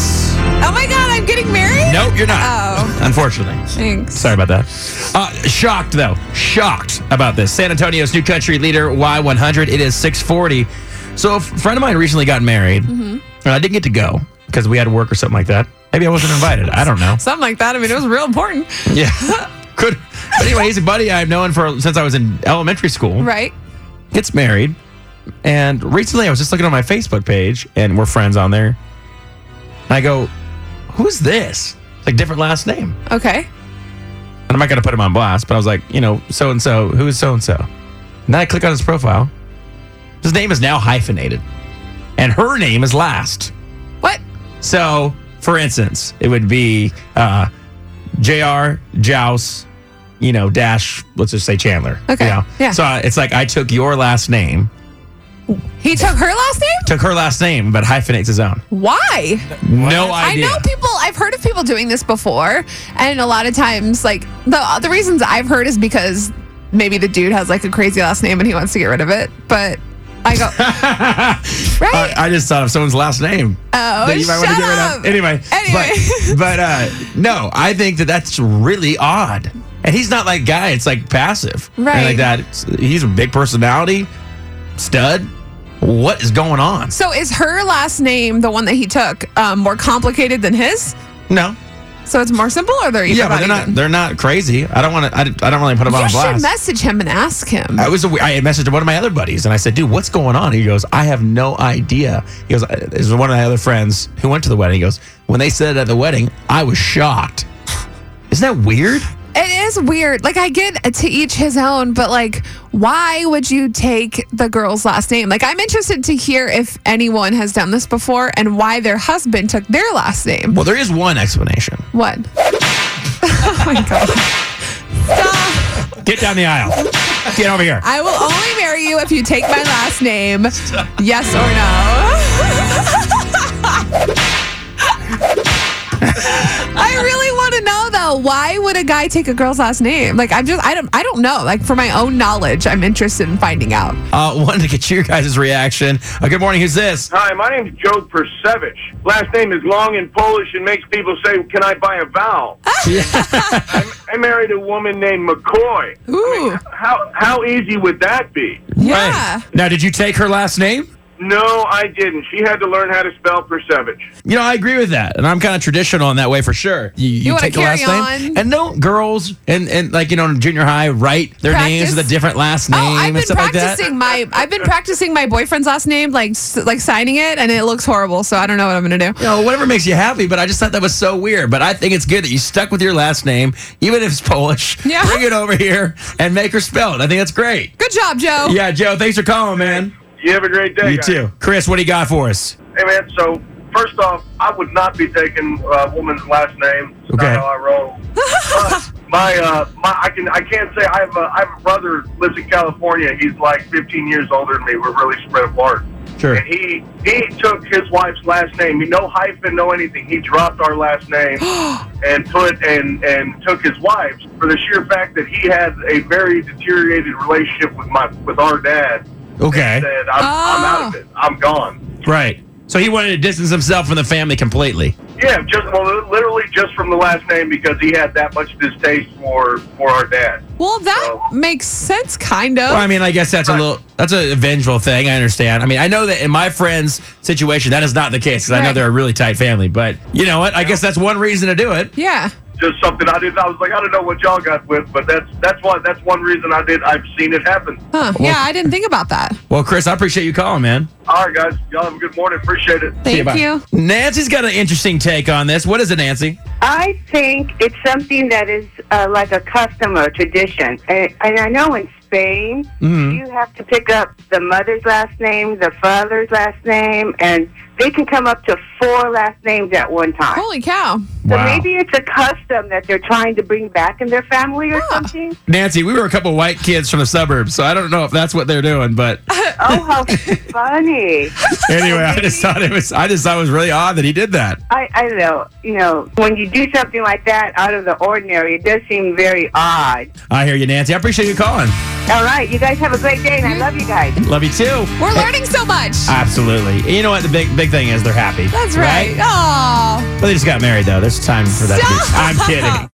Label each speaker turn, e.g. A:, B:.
A: Oh my God, I'm getting married?
B: Nope, you're not.
A: Oh.
B: Unfortunately.
A: Thanks.
B: Sorry about that. Uh, shocked though, shocked about this. San Antonio's new country leader Y100. It is 6:40. So a friend of mine recently got married,
A: Mm-hmm.
B: and I didn't get to go because we had work or something like that. Maybe I wasn't invited. I don't know.
A: Something like that. I mean, it was real important.
B: Yeah, could. But anyway, he's a buddy I've known for since I was in elementary school.
A: Right?
B: Gets married, and recently I was just looking on my Facebook page, and we're friends on there. And I go, "Who's this?" Like different last name.
A: Okay.
B: and I'm not going to put him on blast, but I was like, you know, so and so, who is so and so? And then I click on his profile. His name is now hyphenated, and her name is last.
A: What?
B: So, for instance, it would be uh, Jr. Jouse, you know, dash. Let's just say Chandler.
A: Okay.
B: You know?
A: Yeah.
B: So uh, it's like I took your last name,
A: He took her last name?
B: took her last name, but hyphenates his own.
A: Why?
B: No idea.
A: I know people. I've heard of people doing this before, and a lot of times, like the the reasons I've heard is because maybe the dude has like a crazy last name and he wants to get rid of it. But I go,
B: I,
A: right?
B: I just thought of someone's last name.
A: Oh,
B: Uh, that you might want to
A: shut
B: get rid
A: up.
B: of. Anyway,
A: Anyway.
B: but, but uh, no, I think that that's really odd. And he's not like guy; it's like passive, And
A: Right.
B: Like that. It's- He's a big personality, stud. What is going on?
A: so is her last name the one that he took um, more complicated than his?
B: No,
A: So it's more simple, or they're even
B: yeah, but they're not. They're not crazy. I don't want to. I, I don't really put him on
A: you should
B: blast.
A: message him and ask him.
B: I was a, I had messaged one of my other buddies and I said, "Dude, what's going on?" He goes, "I have no idea." He goes, uh, "This "Is one of my other friends who went to the wedding." He goes, "When they said it at the wedding, I was shocked." Isn't that weird?
A: It is weird. Like I get to each his own, but like why would you take the girl's last name? Like I'm interested to hear if anyone has done this before and why their husband took their last name.
B: Well, there is one explanation.
A: What? oh my god. Stop.
B: Get down the aisle. Get over here.
A: I will only marry you if you take my last name. Yes or no? I really want to know though, why would a guy take a girl's last name? Like I'm just I don't I don't know. Like for my own knowledge, I'm interested in finding out.
B: Uh, wanted to get your guys' reaction. Uh, good morning. Who's this?
C: Hi, my name's Joe Persevich. Last name is long and Polish and makes people say, "Can I buy a vowel?" I, I married a woman named McCoy.
A: Ooh.
C: How how easy would that be?
A: Yeah.
B: Hey. Now, did you take her last name?
C: No, I didn't. She had to learn how to spell Persevich.
B: You know, I agree with that, and I'm kind of traditional in that way for sure. You, you,
A: wanna
B: take the last
A: carry
B: name,
A: on?
B: and no girls and and like you know, in junior high, write their names
A: Practice.
B: with a different last name
A: Oh, I've
B: and
A: been
B: stuff like that.
A: practicing my I've been practicing my boyfriend's last name, like s- like signing it, and it looks horrible. So I don't know what I'm gonna do.
B: You know, whatever makes you happy, but I just thought that was so weird. But I think it's good that you stuck with your last name, even if it's Polish.
A: Yeah.
B: Bring it over here and make her spell it. I think that's great.
A: Good job, Joe.
B: Yeah, Joe, thanks for calling, man.
C: You have a great day.
B: You
C: guys.
B: too. Chris, what do you got for us?
C: Hey man, so first off, I would not be taking a uh, woman's last name. It's
B: Okay.
C: Not how I roll. But my uh, my I can I can't say I have a I have a brother lives in California. He's like 15 years older than me. We're really spread apart.
B: Sure.
C: And he he took his wife's last name. No hyphen, no anything. He dropped our last name and put and and took his wife's for the sheer fact that he had a very deteriorated relationship with my with our dad.
B: Okay. Ah.
C: Said I'm, I'm out of it. I'm gone.
B: Right. So he wanted to distance himself from the family completely.
C: Yeah, just well, literally just from the last name because he had that much distaste for for our dad.
A: Well, that makes sense, kind of.
B: Well, I mean, I guess that's a
C: Right.
B: little that's a vengeful thing. I understand. I mean, I know that in my friend's situation, that is not the case because I know
A: Right.
B: they're a really tight family. But you know what? I guess that's one reason to do it.
A: yeah.
C: Just something I did. I was like, I don't know what y'all got with, but that's that's why that's one reason I did. I've seen it happen.
A: Huh. yeah, I didn't think about that.
B: Well, Chris, I appreciate you calling, man.
C: All right, guys, y'all have a good morning. Appreciate it.
B: See
A: Thank
B: bye.
A: you.
B: Nancy's got an interesting take on this. What is it, Nancy?
D: I think it's something that is uh, like a custom or tradition. And, and I know in Spain, you have to pick up the mother's last name, the father's last name, and they can come up to four last names at one time.
A: Holy cow.
D: So maybe it's a custom that they're trying to bring back in their family or something.
B: Nancy, we were a couple white kids from the suburbs, so I don't know if that's what they're doing, but
D: Oh, how funny.
B: anyway, I just thought it was I just thought it was really odd that he did that.
D: I, I don't know. You know, when you do something like that out of the ordinary, it does seem very odd.
B: I hear you, Nancy. I appreciate you calling.
D: All right. You guys have a great day, and I love you guys.
B: Love you too.
A: We're learning so much.
B: Absolutely. You know what? The big big thing is they're happy.
A: That's right. Oh.
B: But Well, they just got married though. There's time for that. to be- I'm kidding.